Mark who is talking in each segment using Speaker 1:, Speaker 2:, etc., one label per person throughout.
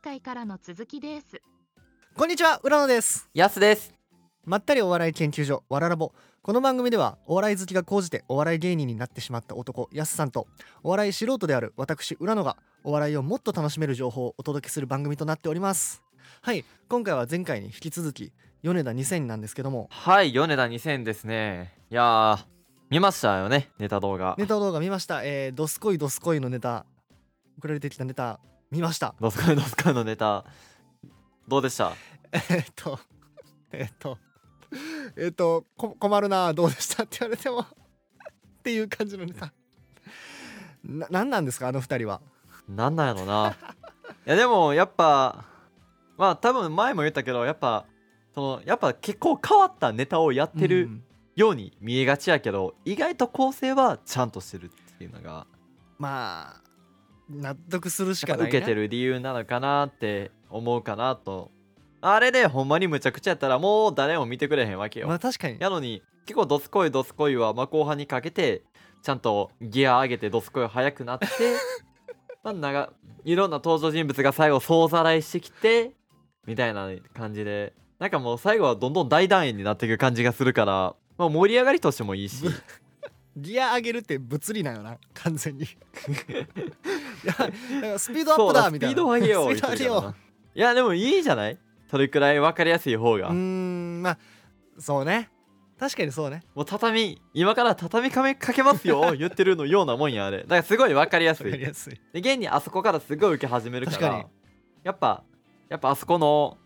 Speaker 1: 回からの続きです
Speaker 2: こんにちは浦野です
Speaker 3: やすです
Speaker 2: まったりお笑い研究所わららぼこの番組ではお笑い好きが高じてお笑い芸人になってしまった男やすさんとお笑い素人である私浦野がお笑いをもっと楽しめる情報をお届けする番組となっておりますはい今回は前回に引き続き米田2000なんですけども
Speaker 3: はい米田2000ですねいやー見ましたよねネタ動画
Speaker 2: ネタ動画見ましたえー、ドスコイドスコイのネタ送られてきたネタ見ました
Speaker 3: ドスカイドスカイのネタどうでした
Speaker 2: えーっとえーっとえーっとこ困るなどうでしたって言われてもっていう感じのネタな何なんですかあの二人は
Speaker 3: なんなんやろないやでもやっぱまあ多分前も言ったけどやっぱそのやっぱ結構変わったネタをやって
Speaker 2: う
Speaker 3: る
Speaker 2: ん
Speaker 3: ように見えがちやけど、意外と構成はちゃんとしてるっていうのが
Speaker 2: まあ納得するし
Speaker 3: や
Speaker 2: か
Speaker 3: っ
Speaker 2: な
Speaker 3: ぱ
Speaker 2: い、ね、
Speaker 3: 受けてる理由なのかなって思うかなとあれでほんまにむちゃくちゃやったらもう誰も見てくれへんわけよ、
Speaker 2: まあ確かに
Speaker 3: やのに結構ドスコイドスコイは、まあ、後半にかけてちゃんとギア上げてドスコイ速 くなってまあ長いろんな登場人物が最後総ざらいしてきてみたいな感じでなんかもう最後はどんどん大団円になっていく感じがするから、まあ、盛り上がりとしてもいいし
Speaker 2: ギア上げるって物理なんよな完全 にいやだからスピードアップ
Speaker 3: そ
Speaker 2: だ
Speaker 3: う
Speaker 2: みたいな
Speaker 3: スピードを上げよう
Speaker 2: スピード上げ
Speaker 3: 言ってるから
Speaker 2: よ
Speaker 3: ないやでもいいじゃないそれくらい分かりやすい方
Speaker 2: う
Speaker 3: が
Speaker 2: うーんまあそうね確かにそうね
Speaker 3: もう畳今から畳かめかけますよ言ってるのようなもんやあれだからすごい分かりやす
Speaker 2: わか
Speaker 3: い
Speaker 2: りやすい
Speaker 3: で現にあそこからすごい受け始めるから
Speaker 2: 確かに
Speaker 3: やっぱやっぱあそこの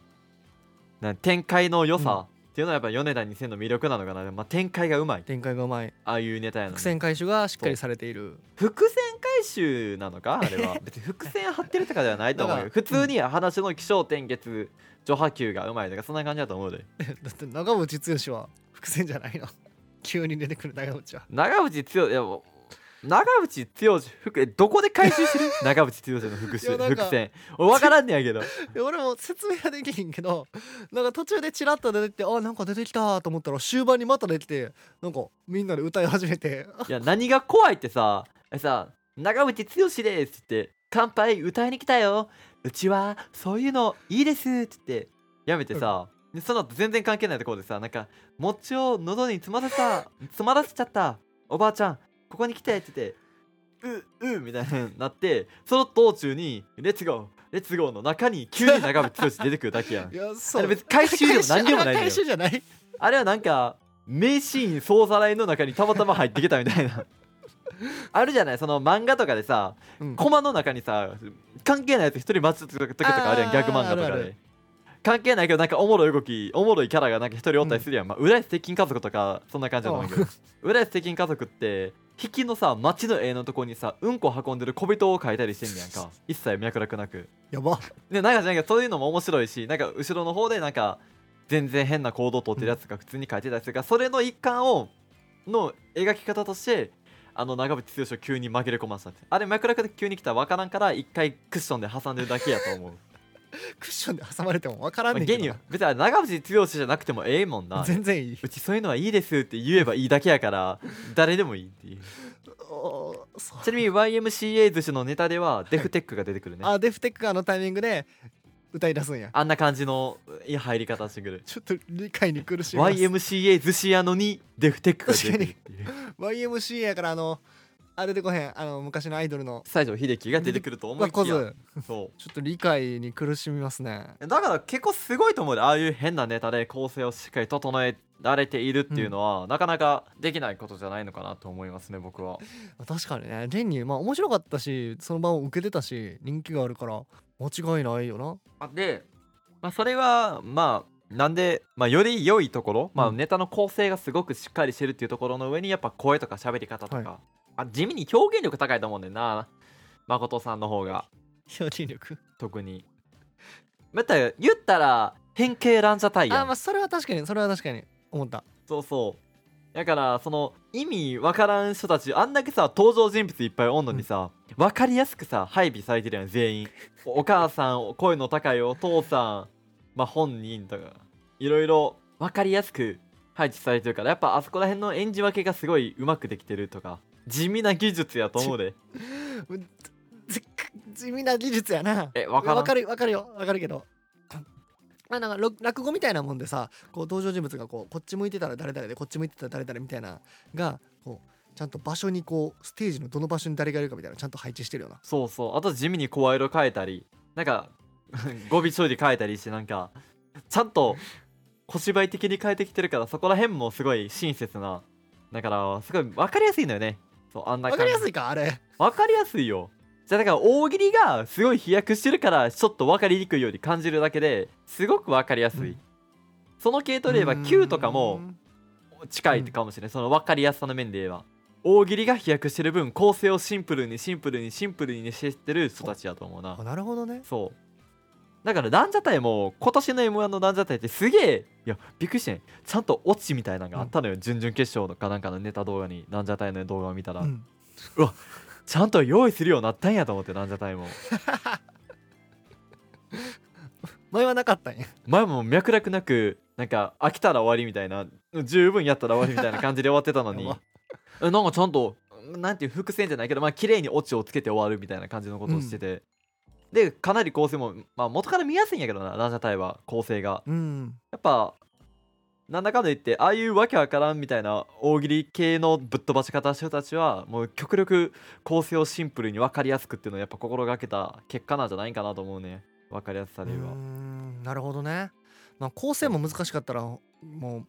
Speaker 3: なん展開の良さっていうのはやっぱ米田2000の魅力なのかな、まあ、展開がうまい
Speaker 2: 展開がうまい
Speaker 3: ああいうネタやの
Speaker 2: 伏
Speaker 3: に
Speaker 2: 線回収がしっかりされている
Speaker 3: 伏線回収な のかあれは別に伏線張ってるとかではないと思うよ
Speaker 2: だか
Speaker 3: 普
Speaker 2: ら
Speaker 3: 通に話の気象転結序波球がうまいとかそんな感じだと思うで
Speaker 2: だって長渕剛は伏線じゃないの 急に出てくる長 渕は
Speaker 3: 長渕剛いやもう長渕剛伏えどこで回収してる 長渕剛の伏
Speaker 2: いや
Speaker 3: 線
Speaker 2: なんか
Speaker 3: 伏線分からんねやけど
Speaker 2: で俺も説明はできへんけどなんか途中でチラッと出てきてあなんか出てきたと思ったら終盤にまた出てきてなんかみんなで歌い始めて
Speaker 3: いや何が怖いってさえさ長渕剛ですって乾杯歌いに来たようちはそういうのいいですって言ってやめてさ、でその後全然関係ないところでさなんか餅を喉に詰まらせた詰まらせちゃったおばあちゃんここに来てって言ってううみたいになってその道中にレッツゴーレッツゴーの中に急に長渕剛出てくるだけや ん
Speaker 2: いや
Speaker 3: あ
Speaker 2: そ
Speaker 3: れ
Speaker 2: う
Speaker 3: 別に回収でも何でもないんだ
Speaker 2: 回
Speaker 3: よ
Speaker 2: 収じゃない
Speaker 3: あれはなんか名シーン総ざらいの中にたまたま入ってきたみたいなあるじゃないその漫画とかでさ
Speaker 2: うん
Speaker 3: コマの中にさ関係ないやつ一人待つ時とかあるや
Speaker 2: あー
Speaker 3: んギャグ漫画と
Speaker 2: あ
Speaker 3: か
Speaker 2: るある
Speaker 3: で関係ないけどなんかおもろい動きおもろいキャラがなんか一人おったりするやん、まあ、浦安鉄筋家族とかそんな感じだと思うけど浦安鉄筋家族って引きのさ街の絵のとこにさうんこ運んでる小人を描いたりしてんねや んか一切脈絡なく
Speaker 2: や ば
Speaker 3: でなんかなんかそういうのも面白いしなんか後ろの方でなんか全然変な行動を取ってるやつが普通に書いてたりするから、それの一環をの描き方としてあの長渕剛を急に紛れ込ませたってあれ脈絡で急に来たら分からんから一回クッションで挟んでるだけやと 思う
Speaker 2: クッションで挟まれてもわか
Speaker 3: ま
Speaker 2: ら
Speaker 3: あ
Speaker 2: んねん
Speaker 3: 現
Speaker 2: けど
Speaker 3: に
Speaker 2: な
Speaker 3: 別にあれ長渕剛じゃなくてもええもんな
Speaker 2: 全然 いいう
Speaker 3: ちそういうのはいいですって言えばいいだけやから誰でもいいっていう
Speaker 2: おーそう
Speaker 3: ちなみに YMCA 寿司のネタではデフテックが出てくるね
Speaker 2: あデフテックがあのタイミングで歌い出すんや
Speaker 3: あんな感じのいい入り方してくる
Speaker 2: ちょっと理解に苦しみます
Speaker 3: YMCA 寿司屋のにデフテックが出てくるっていう
Speaker 2: YMCA やからあのあ出てこへんあの昔のアイドルの
Speaker 3: 西城秀樹が出てくると思
Speaker 2: ま
Speaker 3: い
Speaker 2: あこ
Speaker 3: き
Speaker 2: ず
Speaker 3: やそ
Speaker 2: ちょっと理解に苦しみますね
Speaker 3: うだから結構すごいと思うでああいう変なネタで構成をしっかり整えられているっていうのは、なかなかできないことじゃないのかなと思いますね僕は
Speaker 2: 確かにね現にまあ面白かったしその場を受けてたし人気があるから間違いないよな
Speaker 3: あで、まあ、それはまあなんで、まあ、より良いところ、まあ、
Speaker 2: うん
Speaker 3: ネタの構成がすごくしっかりしてるっていうところの上にやっぱ声とか喋り方とか、
Speaker 2: はい
Speaker 3: あ地味に表現力高いと思うんだよな誠さんの方が
Speaker 2: 表現力
Speaker 3: 特にまた言ったら変形ランジャタイや
Speaker 2: あ
Speaker 3: ん
Speaker 2: まあそれは確かにそれは確かに思った
Speaker 3: そうそうだからその意味わからん人たちあんだけさ登場人物いっぱいおんのにさ、わかりやすくさ配備されてるやん全員おお母さん声の高いお父さんまあ本人とかいろいろわかりやすく配置されてるからやっぱあそこら辺の演じ分けがすごいうまくできてるとか地味な技術やと思うで
Speaker 2: ぜ地味な技術やな
Speaker 3: えわからん
Speaker 2: わかるわかるよわかるけど まあなんかろ落語みたいなもんでさこう登場人物がこうこっち向いてたら誰々でこっち向いてたら誰々みたいながこうちゃんと場所にこうステージのどの場所に誰がいるかみたいなのちゃんと配置してるよな
Speaker 3: そうそうあと地味に声色変えたりなんか 語尾ちょいで変えたりしてなんかちゃんと小芝居的に変えてきてるからそこら辺もすごい親切なだからすごい分かりやすいのよねそうあんな
Speaker 2: わか
Speaker 3: 感じ
Speaker 2: りやすいかあれ
Speaker 3: 分かりやすいよじゃあだから大喜利がすごい飛躍してるからちょっと分かりにくいように感じるだけですごく分かりやす
Speaker 2: う
Speaker 3: い、
Speaker 2: ん
Speaker 3: その系統で言えば Q とかも近いかもしれない、その分かりやすさの面で言えば大喜利が飛躍してる分構成をシンプルにシンプルにシンプルにしてってる人たちだと思うな
Speaker 2: あなるほどね
Speaker 3: そうだからランジャタイも今年の m 1のランジャタイってすげえいやびっくりしてんちゃんとオチみたいなのがあったのよ、準々決勝のかなんかのネタ動画にランジャタイの動画を見たら、
Speaker 2: うん
Speaker 3: ちゃんと用意するようになったんやと思ってランジャタイも
Speaker 2: 前はなかったんや
Speaker 3: 前も脈絡なくなんか飽きたら終わりみたいな十分やったら終わりみたいな感じで終わってたのに
Speaker 2: やば
Speaker 3: えなんかちゃんとなんていう伏線じゃないけどまあ綺麗にオチをつけて終わるみたいな感じのことをしてて、でかなり構成も、まあ、元から見やすいんやけどなランジャタイは構成が
Speaker 2: うん
Speaker 3: やっぱなんだかんだ言ってああいうわけわからんみたいな大喜利系のぶっ飛ばし方した人たちはもう極力構成をシンプルに分かりやすくっていうのをやっぱ心がけた結果なんじゃないかなと思うね分かりやすさで
Speaker 2: うー
Speaker 3: 言えば
Speaker 2: んなるほどね、まあ、構成も難しかったらもう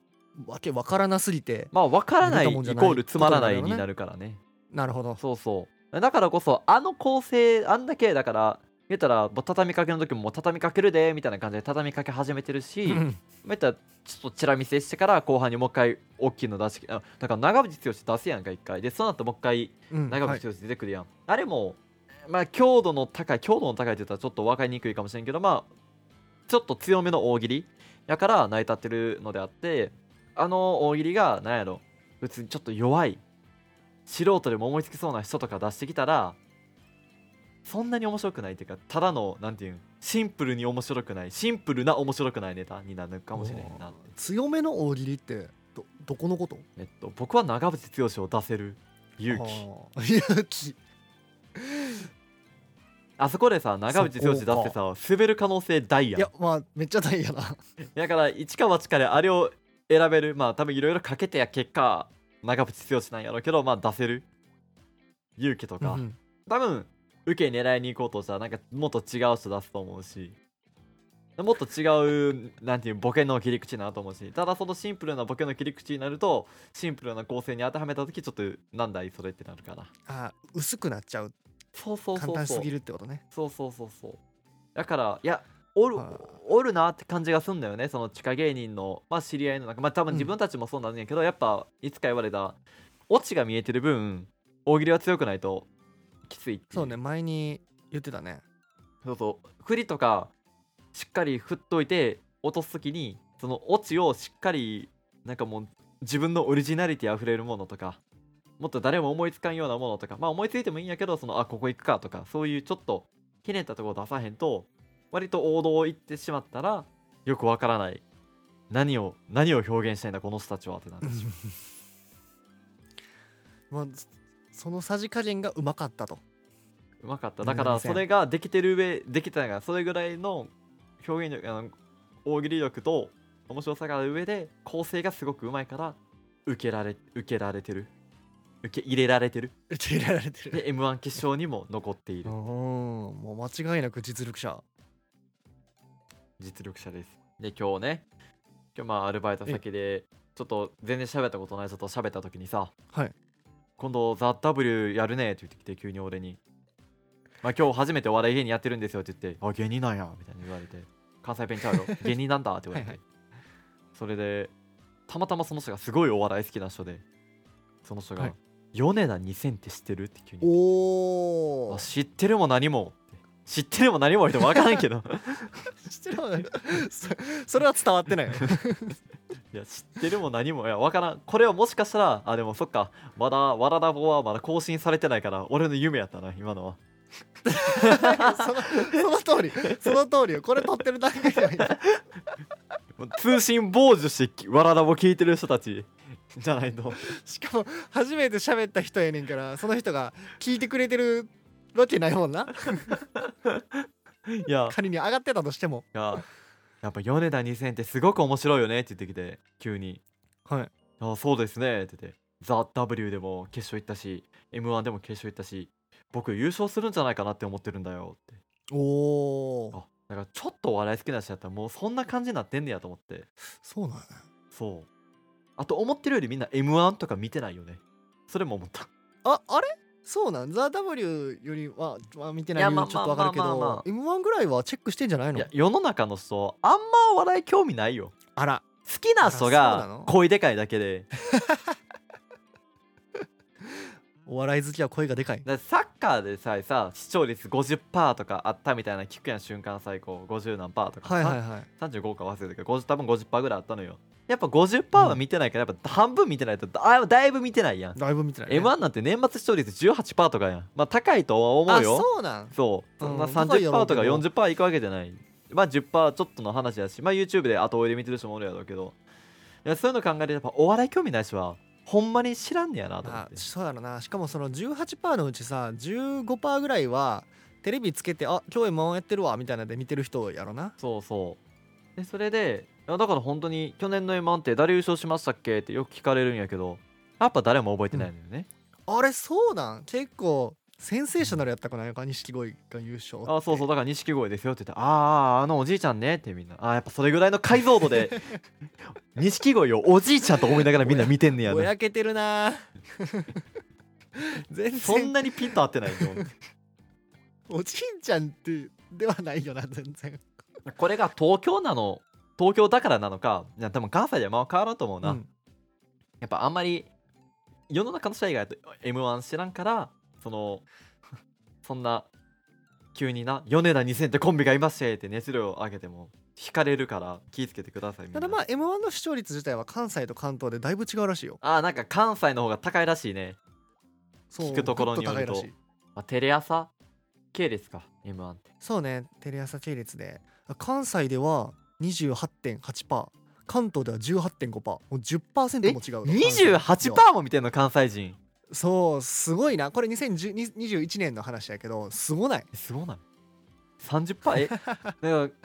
Speaker 2: わけわからなすぎて
Speaker 3: まあ分からないイ
Speaker 2: 見た
Speaker 3: コ
Speaker 2: もんじゃない
Speaker 3: ールつまらないになるからね
Speaker 2: なるほど
Speaker 3: そうそうだからこそあの構成あんだけだから言ったらもう畳みかけの時ももう畳みかけるでみたいな感じで畳みかけ始めてるし、
Speaker 2: うん
Speaker 3: まあ、ったらちょっとチラ見せしてから後半にもう一回大きいの出してあだから長渕剛出すやんか一回でその後もう一回
Speaker 2: うん
Speaker 3: 長
Speaker 2: はい
Speaker 3: 渕剛出てくるやん、あれもまあ強度の高い強度の高いって言ったらちょっと分かりにくいかもしれんけどまあちょっと強めの大喜利やから成り立ってるのであってあの大喜利が何やろ別にちょっと弱い素人でも思いつきそうな人とか出してきたらそんなに面白くないっていうかただのなんていうんシンプルに面白くないシンプルな面白くないネタになるかもしれんなって
Speaker 2: 強めの大喜利ってどどこのこと
Speaker 3: えっと僕は長渕剛を出せる勇気
Speaker 2: あ ー勇気
Speaker 3: あそこでさ長渕剛出してさ滑る可能性大
Speaker 2: い
Speaker 3: やん
Speaker 2: やまあめっちゃ大やな
Speaker 3: だから一か八かであれを選べるまあ多分いろいろかけてや結果長渕剛なんやろうけどまあ出せる勇気とか、
Speaker 2: うん
Speaker 3: 多分受け狙いに行こうとしたらなんかもっと違う人出すと思うしもっと違うなんていうボケの切り口になると思うしただそのシンプルなボケの切り口になるとシンプルな構成に当てはめた時ちょっとなんだいそれってなるかな
Speaker 2: あー薄くなっちゃう
Speaker 3: そうそうそうそ
Speaker 2: 簡
Speaker 3: う
Speaker 2: 単すぎるってことね
Speaker 3: そうそうそうそうだからいやおる
Speaker 2: あー
Speaker 3: おるなって感じがすんだよねその地下芸人の、まあ、知り合いの中まあ多分自分たちもそうなんやけど、やっぱいつか言われたオチが見えてる分大喜利は強くないときついってい
Speaker 2: そうね前に言ってたね
Speaker 3: そうそう振りとかしっかり振っといて落とす時にそのオチをしっかりなんかもう自分のオリジナリティあふれるものとかもっと誰も思いつかんようなものとかまあ思いついてもいいんやけどそのあここ行くかとかそういうちょっとひねったところ出さへんと割と王道を行ってしまったらよくわからない何を何を表現したいんだこの人たちはってなる
Speaker 2: まあそそのさじ加減がうまかったと
Speaker 3: うまかっただからそれができてる上できてたがそれぐらいの表現力あの大喜利力と面白さがある上で構成がすごくうまいから受けられ受けられてる受け入れられてる
Speaker 2: 受け入れられてる
Speaker 3: で m 1決勝にも残っていうる
Speaker 2: んもう間違いなく実力者
Speaker 3: 実力者ですで今日ね今日まあアルバイト先でちょっと全然喋ったことない人と喋った時にさ
Speaker 2: はい
Speaker 3: 今度「ザ・ w やるね」って言ってきて急に俺に「まあ、今日初めてお笑い芸人やってるんですよ」って言って「あ芸人なんや」みたいに言われて「関西弁 ちゃうよ芸人なんだ」って言われて
Speaker 2: はい
Speaker 3: それでたまたまその人がすごいお笑い好きな人でその人が「
Speaker 2: はい
Speaker 3: 米田2000って知ってる?」って急に
Speaker 2: お
Speaker 3: あ
Speaker 2: お
Speaker 3: 知ってるも何も」知ってるも何も言っても分からん けど
Speaker 2: 知ってるわそ それは伝わってないよ
Speaker 3: いや知ってるも何もいや分からんこれはもしかしたらあでもそっかまだわらラボはまだ更新されてないから俺の夢やったな今のは
Speaker 2: そのその通りその通りよこれ撮ってるだけじゃない
Speaker 3: もう通信傍受してきわらだも聞いてる人たちじゃないと
Speaker 2: しかも初めて喋った人やねんからその人が聞いてくれてるわけないもんない
Speaker 3: や
Speaker 2: 仮に上がってたとしても
Speaker 3: いややっぱ米田2000ってすごく面白いよねって言ってきて急に
Speaker 2: はい
Speaker 3: 「あそうですね」って言って「ザ・ w でも決勝行ったし m 1でも決勝行ったし僕優勝するんじゃないかなって思ってるんだよって
Speaker 2: おお
Speaker 3: あだからちょっとお笑い好きな人やったらもうそんな感じになってんねやと思って
Speaker 2: そうなんやね
Speaker 3: そうあと思ってるよりみんな m 1とか見てないよねそれも思った
Speaker 2: ああれそうなんザ・ W よりは、まあ、見てない
Speaker 3: いや
Speaker 2: 理由
Speaker 3: まあ
Speaker 2: ちょっとわかるけ
Speaker 3: まあまあまあま
Speaker 2: ど
Speaker 3: あ
Speaker 2: m 1ぐらいはチェックしてんじゃない
Speaker 3: い
Speaker 2: の
Speaker 3: や世の中の人あんまお笑い興味ないよ
Speaker 2: あら
Speaker 3: 好きな人
Speaker 2: あらそうなの
Speaker 3: が声でかいだけで
Speaker 2: お笑い好きは声がでかい
Speaker 3: だってサッカーでさえさ視聴率50%とかあったみたいな聞くやん瞬間最高50何パーとか、
Speaker 2: はいはいはい
Speaker 3: さ35か忘れたけど50多分50%ぐらいあったのよやっぱ50%は見てないからやっぱ半分見てないとだだいぶ見てないやん、
Speaker 2: だいぶ見てない、ね、
Speaker 3: m 1なんて年末視聴率18%とかやんまあ高いとは思
Speaker 2: あ
Speaker 3: うよ
Speaker 2: そうなん
Speaker 3: そう、
Speaker 2: うん
Speaker 3: まあ、
Speaker 2: 高いやろう
Speaker 3: 30%
Speaker 2: け
Speaker 3: と
Speaker 2: ど
Speaker 3: か40%いくわけじゃないまあ10%ちょっとの話やしまあ YouTube で後追いで見てる人もおるやろうけどいやそういうの考えるとやっぱお笑い興味ないしはほんまに知らんねやなと思っ
Speaker 2: あ
Speaker 3: て
Speaker 2: そうやろなしかもその18%のうちさ15%ぐらいはテレビつけてあ今日 m 1やってるわみたいなんで見てる人やろな
Speaker 3: そうそうでそれでいやだから本当に去年の M1 って誰優勝しましたっけってよく聞かれるんやけどやっぱ誰も覚えてないのよね、
Speaker 2: あれそうなん結構センセーショナルやったくないか錦鯉が優勝って
Speaker 3: あそうそうだから錦鯉ですよって言って「あああのおじいちゃんね」ってみんなあーやっぱそれぐらいの解像度で錦鯉をおじいちゃんと思いながらみんな見てんねや
Speaker 2: ぼ
Speaker 3: な
Speaker 2: やけてる な全
Speaker 3: そん
Speaker 2: 然
Speaker 3: なにピンと合ってないと思う
Speaker 2: おじいちゃんってではないよな全然
Speaker 3: これが東京なの東京だからなのかいや多分関西ではまあ変わらんと思うな、
Speaker 2: うん
Speaker 3: やっぱあんまり世の中の人以外と m 1知らんからその そんな急にな米田2000ってコンビがいましてって熱量を上げても惹かれるから気をつけてくださいみん
Speaker 2: た
Speaker 3: な
Speaker 2: だまあ m 1の視聴率自体は関西と関東でだいぶ違うらしいよ
Speaker 3: あーなんか関西の方が高いらしいね、
Speaker 2: そう
Speaker 3: 聞くところによると
Speaker 2: ぐっ高いらしい
Speaker 3: まあ、テレ朝系ですか m 1って
Speaker 2: そうねテレ朝系列で関西では28.8%関東では18.5%もう10%も違うの
Speaker 3: 28%も見てんの関西人
Speaker 2: そうすごいなこれ2021年の話やけどすごない
Speaker 3: えすごない30%え なんか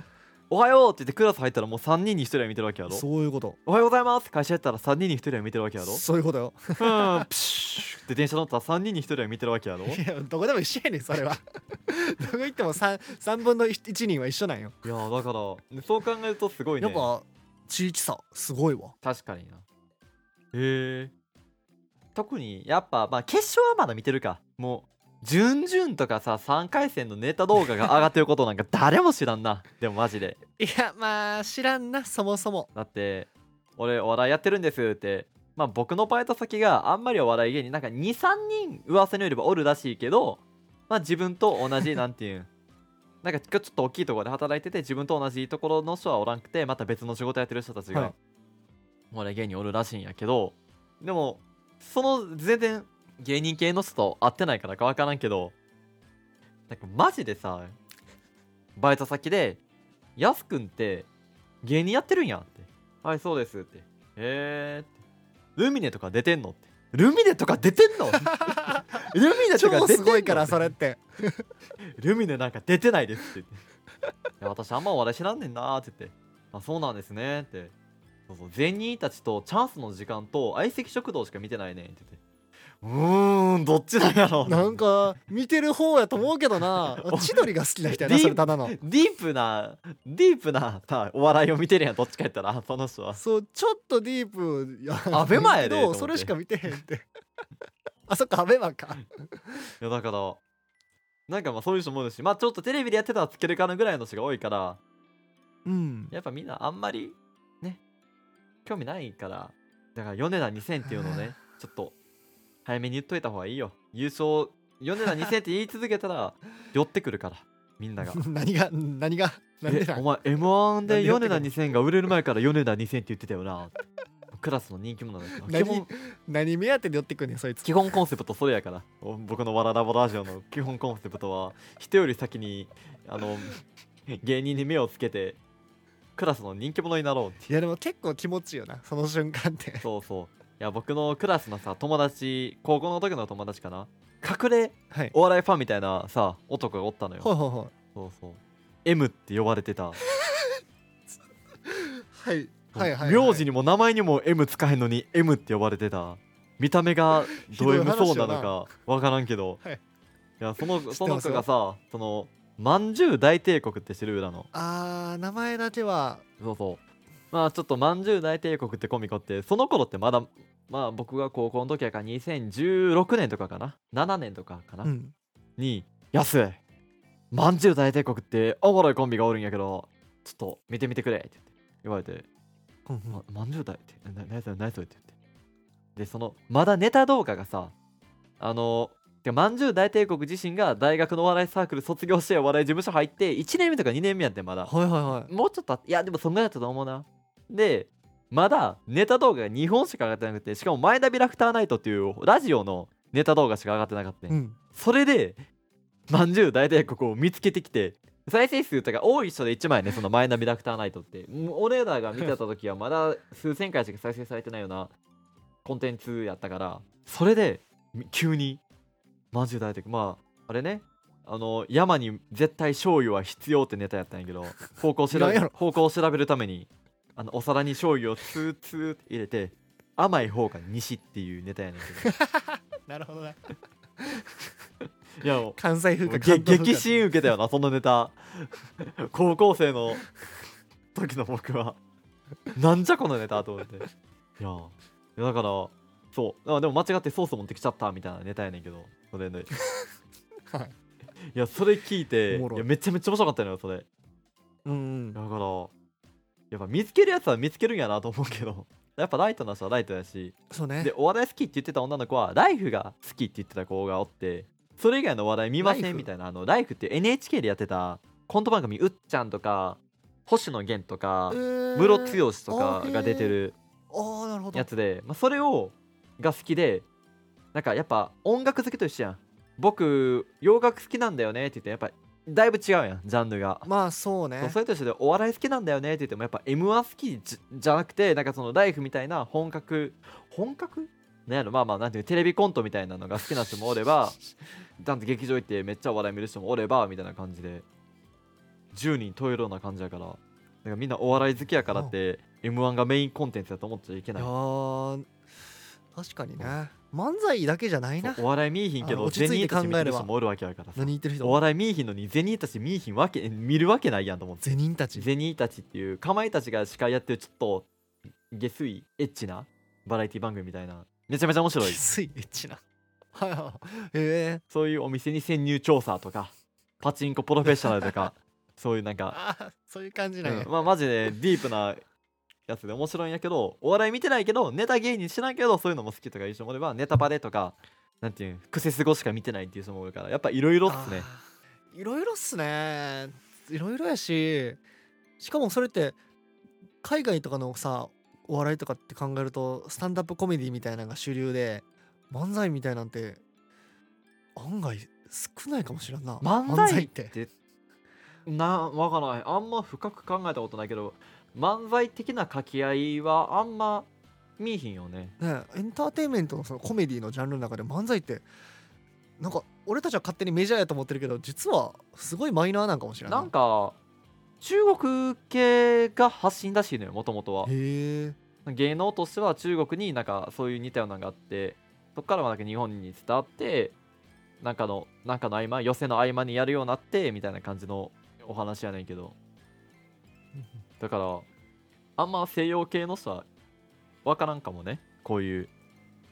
Speaker 3: おはようって言ってクラス入ったらもう3人に1人は見てるわけやろ
Speaker 2: そういうこと
Speaker 3: おはようございますって会社やったら3人に1人は見てるわけやろ
Speaker 2: そういうことよ
Speaker 3: うん、プシューって電車乗ったら3人に1人は見てるわけ やろい
Speaker 2: いやどこでも一緒やねんそれは どこ行っても 3, 3分の1人は一緒なんよ
Speaker 3: やだからそう考えるとすごい
Speaker 2: や
Speaker 3: ね
Speaker 2: っぱ地域差すごいわ
Speaker 3: 確かになへえ特にやっぱまあ決勝はまだ見てるかもう準々とかさ3回戦のネタ動画が上がってることなんか誰も知らんなでもマジで
Speaker 2: いやまあ知らんなそもそも
Speaker 3: だって俺お笑いやってるんですってまあ僕のバイト先があんまりお笑い芸人なんか23人噂によればおるらしいけどまあ自分と同じなんていうん なんかちょっと大きいところで働いてて自分と同じところの人はおらんくてまた別の仕事やってる人たち
Speaker 2: はい
Speaker 3: がお笑い芸人おるらしいんやけどでもその全然芸人系の人と会ってないからか分からんけどなんかマジでさバイト先で「やすくんって芸人やってるんや」って「はいそうです」って「へえ」って「ルミネとか出てんの?」って「ルミネとか出て んの? 」ルミネ
Speaker 2: 超
Speaker 3: とか出てんの
Speaker 2: すごいからそれって
Speaker 3: ルミネなんか出てないですって言っていや私あんまお笑い知らんねんなーって言ってあそうなんですねってそうそう善人たちとチャンスの時間と相席食堂しか見てないねんって言ってうーんどっちなんやろ
Speaker 2: なんか見てる方やと思うけど な千鳥が好きな人やなそれただの
Speaker 3: ディープなディープなさお笑いを見てるやんどっちかやったらその人は
Speaker 2: そうちょっとディープいや
Speaker 3: アベマや
Speaker 2: け
Speaker 3: でと思
Speaker 2: ど
Speaker 3: って
Speaker 2: それしか見てへんってあそっかアベマか
Speaker 3: いやだからなんかまあそういう人もいるしまあちょっとテレビでやってたらつけるかなぐらいの人が多いから
Speaker 2: うん
Speaker 3: やっぱみんなあんまりね興味ないからだから米田2000っていうのを ねちょっと早めに言っといた方がいいよ優勝米田2000って言い続けたら寄ってくるからみんなが
Speaker 2: 何が何がなんで
Speaker 3: え
Speaker 2: な
Speaker 3: お
Speaker 2: ん
Speaker 3: 前 m 1で
Speaker 2: なんで寄って
Speaker 3: 米
Speaker 2: く
Speaker 3: 田
Speaker 2: る
Speaker 3: 2000が売れる前から米田2000って言ってたよなクラスの人気者だから基
Speaker 2: 何
Speaker 3: 本
Speaker 2: 何目当てで寄ってくんねんそいつ
Speaker 3: 基本コンセプトそれやからお僕の「わらラボラジオ」の基本コンセプトは人より先にあの芸人に目をつけてクラスの人気者になろうっていう
Speaker 2: いやでも結構気持ちいいよなその瞬間って
Speaker 3: そうそう。いや、僕のクラスのさ、友達、高校の時の友達かな隠れ
Speaker 2: はい
Speaker 3: お笑いファンみたいなさ男がおったのよ
Speaker 2: ほうほうほ
Speaker 3: そうそう M って呼ばれてた
Speaker 2: うはいはいはい
Speaker 3: 名字にも名前にも M つかへんのに M って呼ばれてた見た目がどういうそうなのかわからんけど、
Speaker 2: はい
Speaker 3: い、やその
Speaker 2: ます
Speaker 3: その子がさそのまんじゅう大帝国って知る裏の
Speaker 2: あー名前だけは
Speaker 3: そうそうまあちょっとまんじゅう大帝国ってコミコってその頃ってまだまあ僕が高校の時やから2016年とかかな7年とかかな、
Speaker 2: うん
Speaker 3: に「安いまんじゅう大帝国っておもろいコンビがおるんやけどちょっと見てみてくれ」って言って言われて
Speaker 2: うんうん
Speaker 3: ま、まんじゅうだいって、な、なやそれ、なやそれって言って。で、その、まだネタ動画がさ、あの、てかまんじゅう大帝国自身が大学のお笑いサークル卒業してお笑い事務所入って1年目とか2年目やってんまだ
Speaker 2: はいはいはい
Speaker 3: もうちょっとあっいやでもそんぐらいだったと思うなでまだネタ動画が2本しか上がってなくてしかも「前田ビラフターナイト」っていうラジオのネタ動画しか上がってなかったね、
Speaker 2: うん
Speaker 3: それでまんじゅう大帝国を見つけてきて再生数とか多い人で1枚ねそのマイナビラクターナイトってもう俺らが見てた時はまだ数千回しか再生されてないようなコンテンツやったからそれでみ急にまんじゅう大帝国まああれねあの山に絶対醤油は必要ってネタやったんやけど方向を調
Speaker 2: いらんや
Speaker 3: べ
Speaker 2: ろ
Speaker 3: 方向を調べるためにあのお皿に醤油をツーツーって入れて甘い方が西っていうネタやねんけど
Speaker 2: なるほどね
Speaker 3: いやもう
Speaker 2: 関西風
Speaker 3: も
Speaker 2: か
Speaker 3: うげ
Speaker 2: 関東風
Speaker 3: 激
Speaker 2: か
Speaker 3: 震受けたよなその ネタ高校生の時の僕はなんじゃこのネタと思っていやいやだからそうあでも間違ってソース持ってきちゃったみたいなネタやねんけどそれでい
Speaker 2: はい
Speaker 3: やそれ聞いて
Speaker 2: お
Speaker 3: い
Speaker 2: もろい
Speaker 3: やめちゃめちゃ面白かったのよそれだか
Speaker 2: うんうん
Speaker 3: らやっぱ見つけるやつは見つけるんやなと思うけどやっぱライトな人はライトやし
Speaker 2: そうね
Speaker 3: でお笑い好きって言ってた女の子はライフが好きって言ってた子がおってそれ以外のお笑い見ませ
Speaker 2: ライ
Speaker 3: ん
Speaker 2: フ
Speaker 3: みたいなあのライフって NHK でやってたコント番組うっちゃんとか星野源とか
Speaker 2: ム
Speaker 3: ムロツヨシとかが出てる
Speaker 2: あーなるほど
Speaker 3: やつで、まあ、それをが好きでなんかやっぱ音楽好きと一緒やん僕洋楽好きなんだよねって言ってやっぱだいぶ違うやんジャンルが
Speaker 2: まあそう
Speaker 3: そう
Speaker 2: ね
Speaker 3: それと一緒でお笑い好きなんだよねって言ってもやっぱ m 1好きじじゃなくてなんかそのライフみたいな本格本格なんやろまあまあなんていうテレビコントみたいなのが好きな人もお ればちゃんと劇場行ってめっちゃお笑い見る人もおればみたいな感じで10人十色な感じやからなんかみんなお笑い好きやからって m 1がメインコンテンツだと思っちゃいけ
Speaker 2: い
Speaker 3: な
Speaker 2: や
Speaker 3: い
Speaker 2: ー確かにね漫才だけじゃないな
Speaker 3: そうお笑い見いひんけ
Speaker 2: あの
Speaker 3: ど
Speaker 2: 落ち
Speaker 3: 銭
Speaker 2: 着いて
Speaker 3: ニーたち見
Speaker 2: 考えれ
Speaker 3: てる
Speaker 2: ば
Speaker 3: 人もおるわけやからさ
Speaker 2: 何言ってる
Speaker 3: お
Speaker 2: 人
Speaker 3: 笑い見いひんのに銭ニーたち見いひんわけ見るわけないやんと思って
Speaker 2: ゼニンたち
Speaker 3: ゼニーたちっていうかまいたちが司会やってるちょっと下水エッチなバラエティ番組みたいなめちゃめちゃ 面 白い
Speaker 2: きついエッチなはいはいへえ
Speaker 3: そういうお店に潜入調査とかパチンコプロフェッショナルとか そういうなんか、
Speaker 2: あーそういう感じ
Speaker 3: う
Speaker 2: なんや
Speaker 3: んまあマジでディープなやつで面白いんやけどお笑い見てないけどネタ芸人しないけどそういうのも好きとかいう人もいればネタバレとかなんていうんクセスゴしか見てないっていう人もいるからやっぱいろいろっすね
Speaker 2: あーいろいろっすねいろいろやししかもそれって海外とかのさお笑いとかって考えるとスタンダップコメディみたいなのが主流で漫才みたいなんて案外少ないかもしれんな
Speaker 3: 漫才
Speaker 2: っ
Speaker 3: っててなわからないあんま深く考えたことないけど漫才的な掛け合いはあんま見えひんよね
Speaker 2: ねエンターテインメントのそのコメディのジャンルの中で漫才ってなんか俺たちは勝手にメジャーやと思ってるけど実はすごいマイナーなんかもしれんな
Speaker 3: なんか中国系が発信らしいのよもともとは
Speaker 2: へえ
Speaker 3: 芸能としては中国になんかそういう似たようなのがあってそっからはなんか日本に伝わってなんかのなんかの合間寄せの合間にやるようになってみたいな感じのお話やねんけどだからあんま西洋系の人は分からんかもねこういう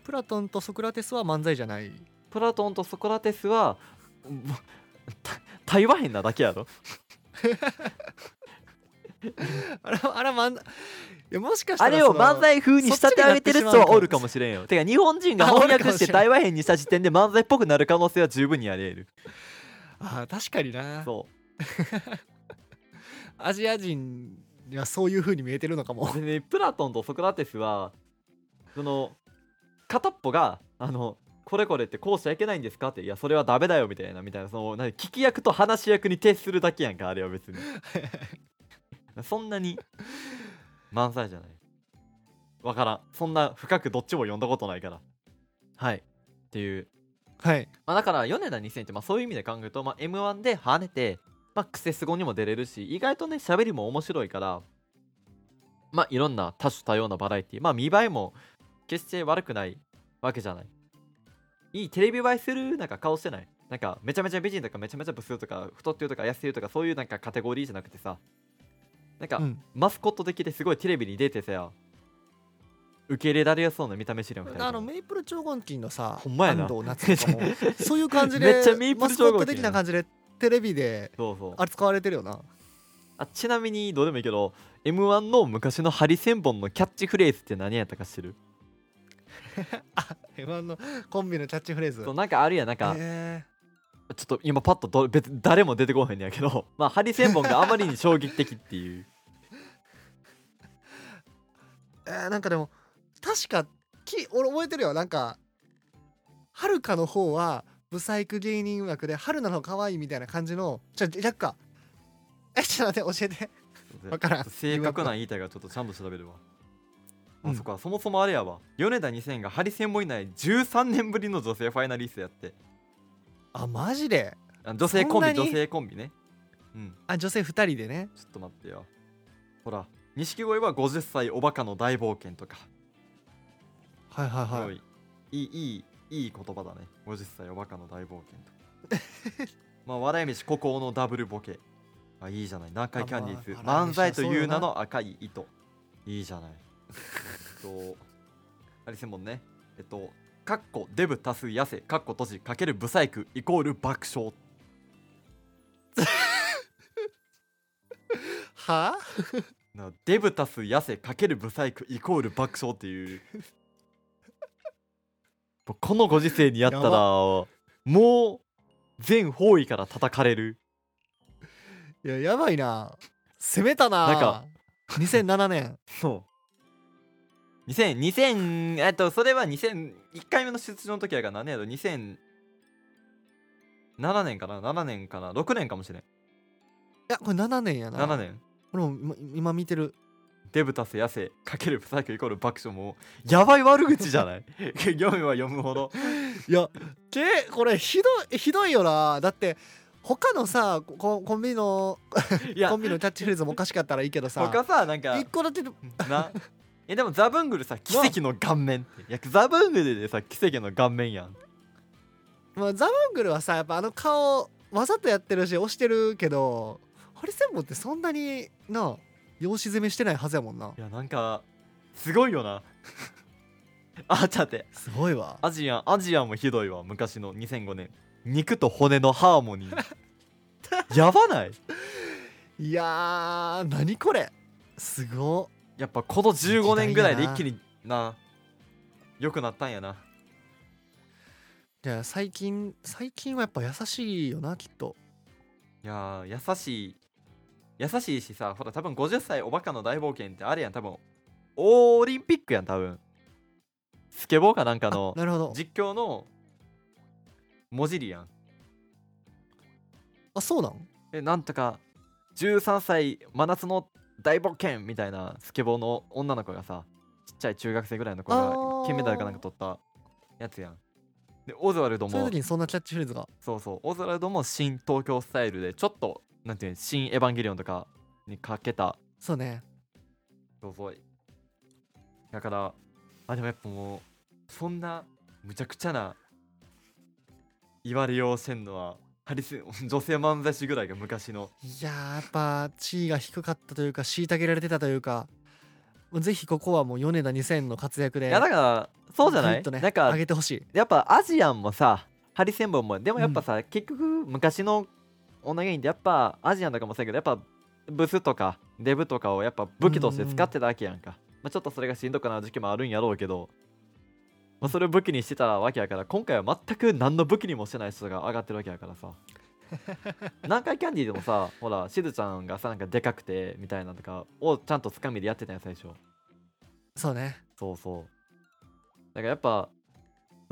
Speaker 2: プラトンとソクラテスは漫才じゃない
Speaker 3: プラトンとソクラテスはぼた台湾変なだけやろ
Speaker 2: あれ あれ漫才いやもしかした
Speaker 3: あ
Speaker 2: ら
Speaker 3: れを
Speaker 2: その
Speaker 3: 漫才風に仕立て上げてる人はおるかもしれんよてか日本人が翻訳して台湾変にした時点で漫才っぽくなる可能性は十分にあり得る
Speaker 2: あー確かにな
Speaker 3: そう
Speaker 2: アジア人にはそういう風に見えてるのかも
Speaker 3: でねプラトンとソクラテスはその片っぽがあのこれこれってこうしちゃいけないんですかっていやそれはダメだよみたいなみたいなその何聞き役と話し役に徹するだけやんかあれは 別にそんなに漫才じゃない わからんそんな深くどっちも読んだことないからはいっていう
Speaker 2: はい
Speaker 3: まあ、だから米田2000ってまあそういう意味で考えると、まあ、m 1で跳ねて、まあ、クセスゴにも出れるし意外とね喋りも面白いから、まあ、いろんな多種多様なバラエティまあ見栄えも決して悪くないわけじゃないいいテレビ映えするなんか顔してないなんかめちゃめちゃ美人とかめちゃめちゃブスとか太ってるとか痩せてるとかそういうなんかカテゴリーじゃなくてさなんか、
Speaker 2: うん
Speaker 3: マスコット的ですごいテレビに出てさ受け入れられやすそうな見た目資料みたいな
Speaker 2: あのメイプル超合金のさ
Speaker 3: ほんまやな
Speaker 2: 安藤夏 樹とかもそういう感じで
Speaker 3: めっちゃメイプ
Speaker 2: マ
Speaker 3: ル
Speaker 2: ス
Speaker 3: 超合金や
Speaker 2: コ
Speaker 3: な
Speaker 2: ット的な感じでテレビで
Speaker 3: そうそう
Speaker 2: あれ使われてる よな
Speaker 3: あちなみにどうでもいいけど m 1の昔のハリセンボンのキャッチフレーズって何やったか知ってる
Speaker 2: M1 のコンビのキャッチフレーズ
Speaker 3: そうなんかあるやんなんか、
Speaker 2: え
Speaker 3: ちょっと今パッとど別誰も出てこへんねやけど まあハリセンボンがあまりに衝撃的っていう
Speaker 2: ーえーなんかでも確かき俺覚えてるよなんかはるかの方はブサイク芸人枠で春菜の方が可愛いみたいな感じのちょ逆かえちょっと待って教えて わからん
Speaker 3: 正確な言いたいからちょっとちゃんと調べるわ、
Speaker 2: うん
Speaker 3: あそっかそもそもあれやわ米田2000がハリセンボン以内13年ぶりの女性ファイナリストやって
Speaker 2: あマジで
Speaker 3: あ女性コンビ
Speaker 2: そんな
Speaker 3: 女
Speaker 2: に
Speaker 3: 性コンビねうん
Speaker 2: あ女性2人でね
Speaker 3: ちょっと待ってよほら錦鯉は50歳おバカの大冒険とか
Speaker 2: はいはい
Speaker 3: す
Speaker 2: は
Speaker 3: ご
Speaker 2: い
Speaker 3: いいいいいいい言葉だね50歳おバカの大冒険と まあ笑い飯孤高のダブルボケあいいじゃない南海キャンディーズ、
Speaker 2: あまあ
Speaker 3: 漫才という名の赤い糸いいじゃないえっと ありせんもんねえっとかっこデブ足す痩せかっこ閉じかけるブサイクイコール爆笑
Speaker 2: はあ
Speaker 3: なデブ足す痩せかけるブサイクイコール爆笑っていうもうこのご時世にやったら
Speaker 2: や
Speaker 3: もう全方位から叩かれる
Speaker 2: いややばいな攻めたな
Speaker 3: なんか
Speaker 2: 2007年
Speaker 3: そう2000 2000えっとそれは2001回目の出場の時やから何年やろ2007年かな7年かな6年かもしれん
Speaker 2: いやこれ7年やな
Speaker 3: 7年
Speaker 2: 俺も今今見てる
Speaker 3: デブ足せ痩せかけるブサイクイコール爆笑もうやばい悪口じゃない読めば読むほど
Speaker 2: いやけこれひどいひどいよなだって他のさココンビの
Speaker 3: いや
Speaker 2: コンビのキャッチフレーズもおかしかったらいいけどさ
Speaker 3: 他さなんか
Speaker 2: 一個だけで
Speaker 3: なえでもザブングルさ奇跡の顔面っていやザブングルでさ奇跡の顔面やん
Speaker 2: まあ、ザワングルはさやっぱあの顔わざとやってるし押してるけどハリセンボンってそんなにな養子攻めしてないはずやもんない
Speaker 3: やなんかすごいよな あちょっと待って
Speaker 2: すごいわ
Speaker 3: アジアンアジアンもひどいわ昔の2005年肉と骨のハーモニー やばない
Speaker 2: いやー何これすご
Speaker 3: やっぱこの15年ぐらいで
Speaker 2: 時代や
Speaker 3: 一
Speaker 2: な
Speaker 3: 気にな良くなったんやな
Speaker 2: じゃあ最近最近はやっぱ優しいよなきっと
Speaker 3: いやー優しい優しいしさほら多分50歳おバカの大冒険ってあれやん多分オリンピックやん多分スケボーかなんか
Speaker 2: あ
Speaker 3: の
Speaker 2: なるほど
Speaker 3: 実況の文字りやん
Speaker 2: あそうなん
Speaker 3: えなんとか13歳真夏の大冒険みたいなスケボーの女の子がさちっちゃい中学生ぐらいの子
Speaker 2: あ
Speaker 3: が
Speaker 2: ー
Speaker 3: 金メダルかなんか取ったやつやんでオズワルド
Speaker 2: そういう
Speaker 3: も
Speaker 2: 時にそんなキャッチフレーズが
Speaker 3: そうそうオズワルドも新東京スタイルでちょっとなんていうの新エヴァンゲリオンとかにかけた
Speaker 2: そうね
Speaker 3: そうそうだからあでもやっぱもうそんなむちゃくちゃな言われようせんのはハリス女性漫才師ぐらいが昔の
Speaker 2: いやーやっぱ地位が低かったというか虐げられてたというかもうぜひここはもう米田2000の活躍で
Speaker 3: いやだからそうじゃな
Speaker 2: ぐっ
Speaker 3: い、
Speaker 2: とね
Speaker 3: な
Speaker 2: 上
Speaker 3: んか
Speaker 2: げてほしい
Speaker 3: やっぱアジアンもさハリセンボンもでもやっぱさ、結局昔の女芸人ってやっぱアジアンとかもそうやけどやっぱブスとかデブとかをやっぱ武器として使ってたわけやんか、まあ、ちょっとそれがしんどくなる時期もあるんやろうけど、まあ、それを武器にしてたわけやから今回は全く何の武器にもしてない人が上がってるわけやからさ南海キャンディーでもさほらしずちゃんがさなんかでかくてみたいなのとかをちゃんとつかみでやってたやん最初
Speaker 2: そうね
Speaker 3: そうそう。だからやっぱ、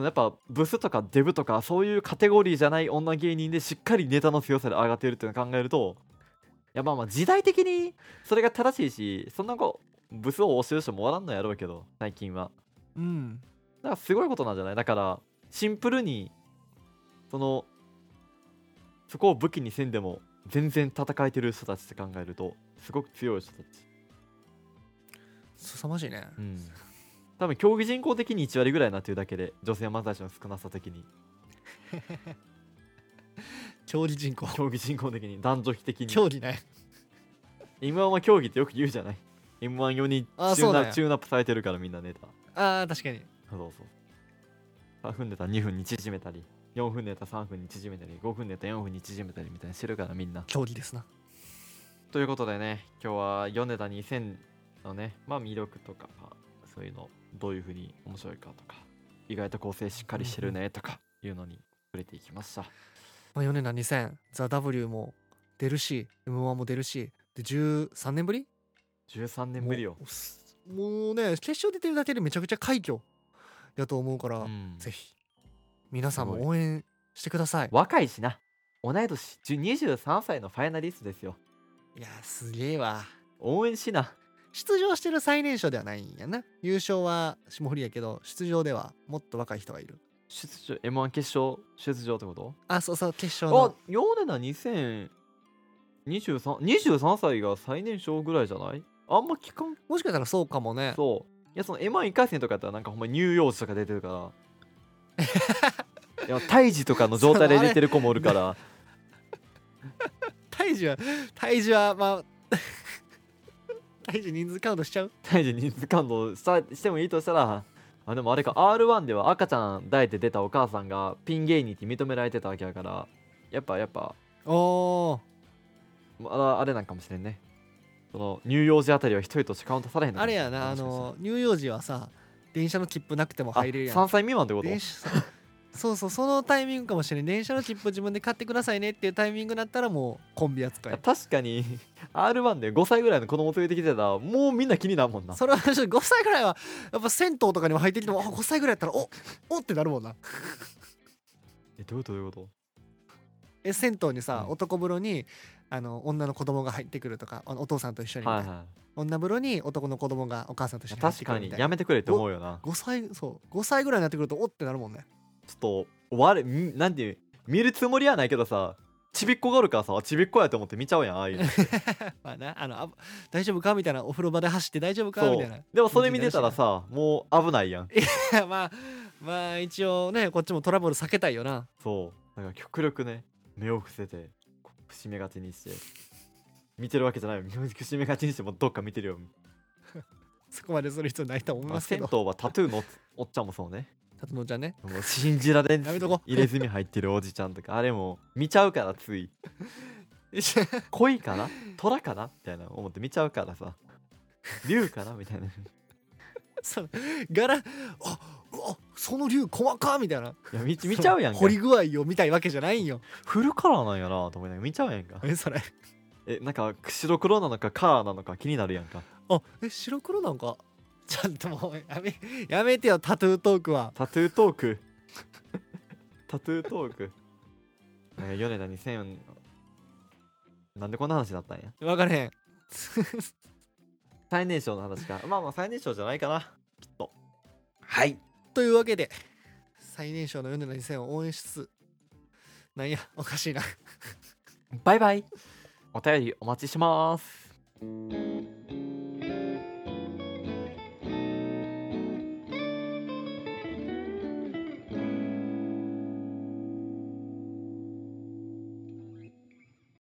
Speaker 3: やっぱブスとかデブとかそういうカテゴリーじゃない女芸人でしっかりネタの強さで上がっているっていうのを考えると、いやまあまあ時代的にそれが正しいし、そんなこうブスを押してる人もおらんのやろうけど、最近は。
Speaker 2: うん
Speaker 3: だからすごいことなんじゃないだからシンプルにそのそこを武器にせんでも全然戦えてる人たちって考えるとすごく強い人たち、
Speaker 2: 凄まじいね
Speaker 3: うん、多分競技人口的に1割ぐらいなっていうだけで女性漫才師の少なさ的に
Speaker 2: 競技 人口
Speaker 3: 競技人口的に男女比的に
Speaker 2: 競技ね
Speaker 3: M1 は競技ってよく言うじゃない M14 にチ
Speaker 2: あ
Speaker 3: ュ
Speaker 2: そ
Speaker 3: ー
Speaker 2: う
Speaker 3: ナ
Speaker 2: なん
Speaker 3: ップ
Speaker 2: や
Speaker 3: チューナップされてるからみんなネタ
Speaker 2: ああ確かに
Speaker 3: そうそう3分ネタ2分に縮めたり4分ネタ3分に縮めたり5分ネタ4分に縮めたりみたいにしてるからみんな
Speaker 2: 競技ですな
Speaker 3: ということでね今日は4ネタ2000のねまあ魅力とかそういうのどういうふうに面白いかとか意外と構成しっかりしてるねとかいうのに触れていきました
Speaker 2: まあ、4年な2000ザ・ W も出るし m 1も出るしで13年ぶり
Speaker 3: 13年ぶりよ
Speaker 2: もうすもうね決勝出てるだけでめちゃくちゃ快挙やと思うから、
Speaker 3: うん
Speaker 2: ぜひ皆さん
Speaker 3: すごい
Speaker 2: も応援してください
Speaker 3: 若いしな同い年23歳のファイナリストですよ
Speaker 2: いやすげえわ
Speaker 3: 応援しな
Speaker 2: 出場してる最年少ではないんやな優勝は霜降りやけど出場ではもっと若い人がいる
Speaker 3: 出場 M1 決勝出場ってこと
Speaker 2: あそうそう決勝
Speaker 3: あ
Speaker 2: の
Speaker 3: ヨネダ2023 23歳が最年少ぐらいじゃないあんま聞かん
Speaker 2: もしかしたらそうかもね
Speaker 3: そういやその M11 回戦とかやったらなんかほんま乳幼児とか出てるから いや胎児とかの状態で出てる子もおるから
Speaker 2: 胎児は胎児は まあ胎児人数カウントしちゃう
Speaker 3: 胎児人数感動したしてもいいとしたらあでもあれか R1 では赤ちゃん抱いて出たお母さんがピン芸人って認められてたわけやからやっぱやっぱ
Speaker 2: おー
Speaker 3: まだあれなんかもしれんねその乳幼児あたりは一人としてカウントされへんのか
Speaker 2: あ
Speaker 3: もし
Speaker 2: れ
Speaker 3: れん
Speaker 2: やなあ
Speaker 3: もしかしたら
Speaker 2: の乳幼児はさ電車の切符なくても入れるや
Speaker 3: あ
Speaker 2: ん
Speaker 3: 3歳未満ってこと
Speaker 2: 電車そうそうそのタイミングかもしれない電車の切符自分で買ってくださいねっていうタイミングだったらもうコンビ扱い
Speaker 3: 確かに R1 で5歳ぐらいの子供連れてきてたらもうみんな気になるもんな
Speaker 2: それはちょっと5歳ぐらいはやっぱ銭湯とかにも入ってきてもあ5歳ぐらいやったらおおってなるもんな
Speaker 3: えどういうことどういうこと
Speaker 2: え銭湯にさ、
Speaker 3: うん
Speaker 2: 男風呂にあの女の子供が入ってくるとかあのお父さんと一緒に、
Speaker 3: はいは
Speaker 2: 女風呂に男の子供がお母さんと一緒
Speaker 3: い
Speaker 2: に入っ
Speaker 3: 確
Speaker 2: てく
Speaker 3: か
Speaker 2: るみ
Speaker 3: に
Speaker 2: たいな
Speaker 3: やめてくれって思うよな
Speaker 2: 5歳そう5歳ぐらいになってくるとおってなるもん ね
Speaker 3: ちょっと我みなんていう見るつもりはないけどさちびっ子がおるからさちびっ子やと思って見ちゃうやんあ あいうの
Speaker 2: まあなあのあ 大丈夫かみたいなお風呂場で走って大丈夫か
Speaker 3: そ
Speaker 2: みたいうな
Speaker 3: でもそれ見てたらさもう危ないやん
Speaker 2: まあまあ一応ねこっちもトラブル避けたいよな
Speaker 3: そうだから極力ね目を伏せてこう伏し目がちにして見てるわけじゃないよ目を伏し目がちにしてもどっか見てるよ、
Speaker 2: そこまでする必要ないと思い
Speaker 3: まあ、
Speaker 2: ますけ
Speaker 3: 銭
Speaker 2: ど
Speaker 3: 湯はタトゥーのおっちゃんもそうね
Speaker 2: たとのちゃんね
Speaker 3: もう信じられん
Speaker 2: やめとこ
Speaker 3: 入れ墨入ってるおじちゃんとかあれも見ちゃうからつい
Speaker 2: よし
Speaker 3: 恋かな虎かなみたいな思って見ちゃうからさ竜かなみたいな「い
Speaker 2: そう柄あうわその竜細かみたいな
Speaker 3: や見ち見ちゃうやん
Speaker 2: そ
Speaker 3: か
Speaker 2: の掘り具合を見たいわけじゃないんよ
Speaker 3: フルカラーなんやな」と思いながら見ちゃうやんか
Speaker 2: えそれ
Speaker 3: えなんか白黒なのかカラーなのか気になるやんか
Speaker 2: あえ白黒なんかちゃんともうやめやめてよタトゥートークは
Speaker 3: タトゥートーク タトゥートークなんか米田2000なんでこんな話になったんや
Speaker 2: 分からへん
Speaker 3: 最年少の話かまあまあ最年少じゃないかなきっとはい
Speaker 2: というわけで最年少の米田2000を応援しつつなんやおかしいな
Speaker 3: バイバイ。お便りお待ちします。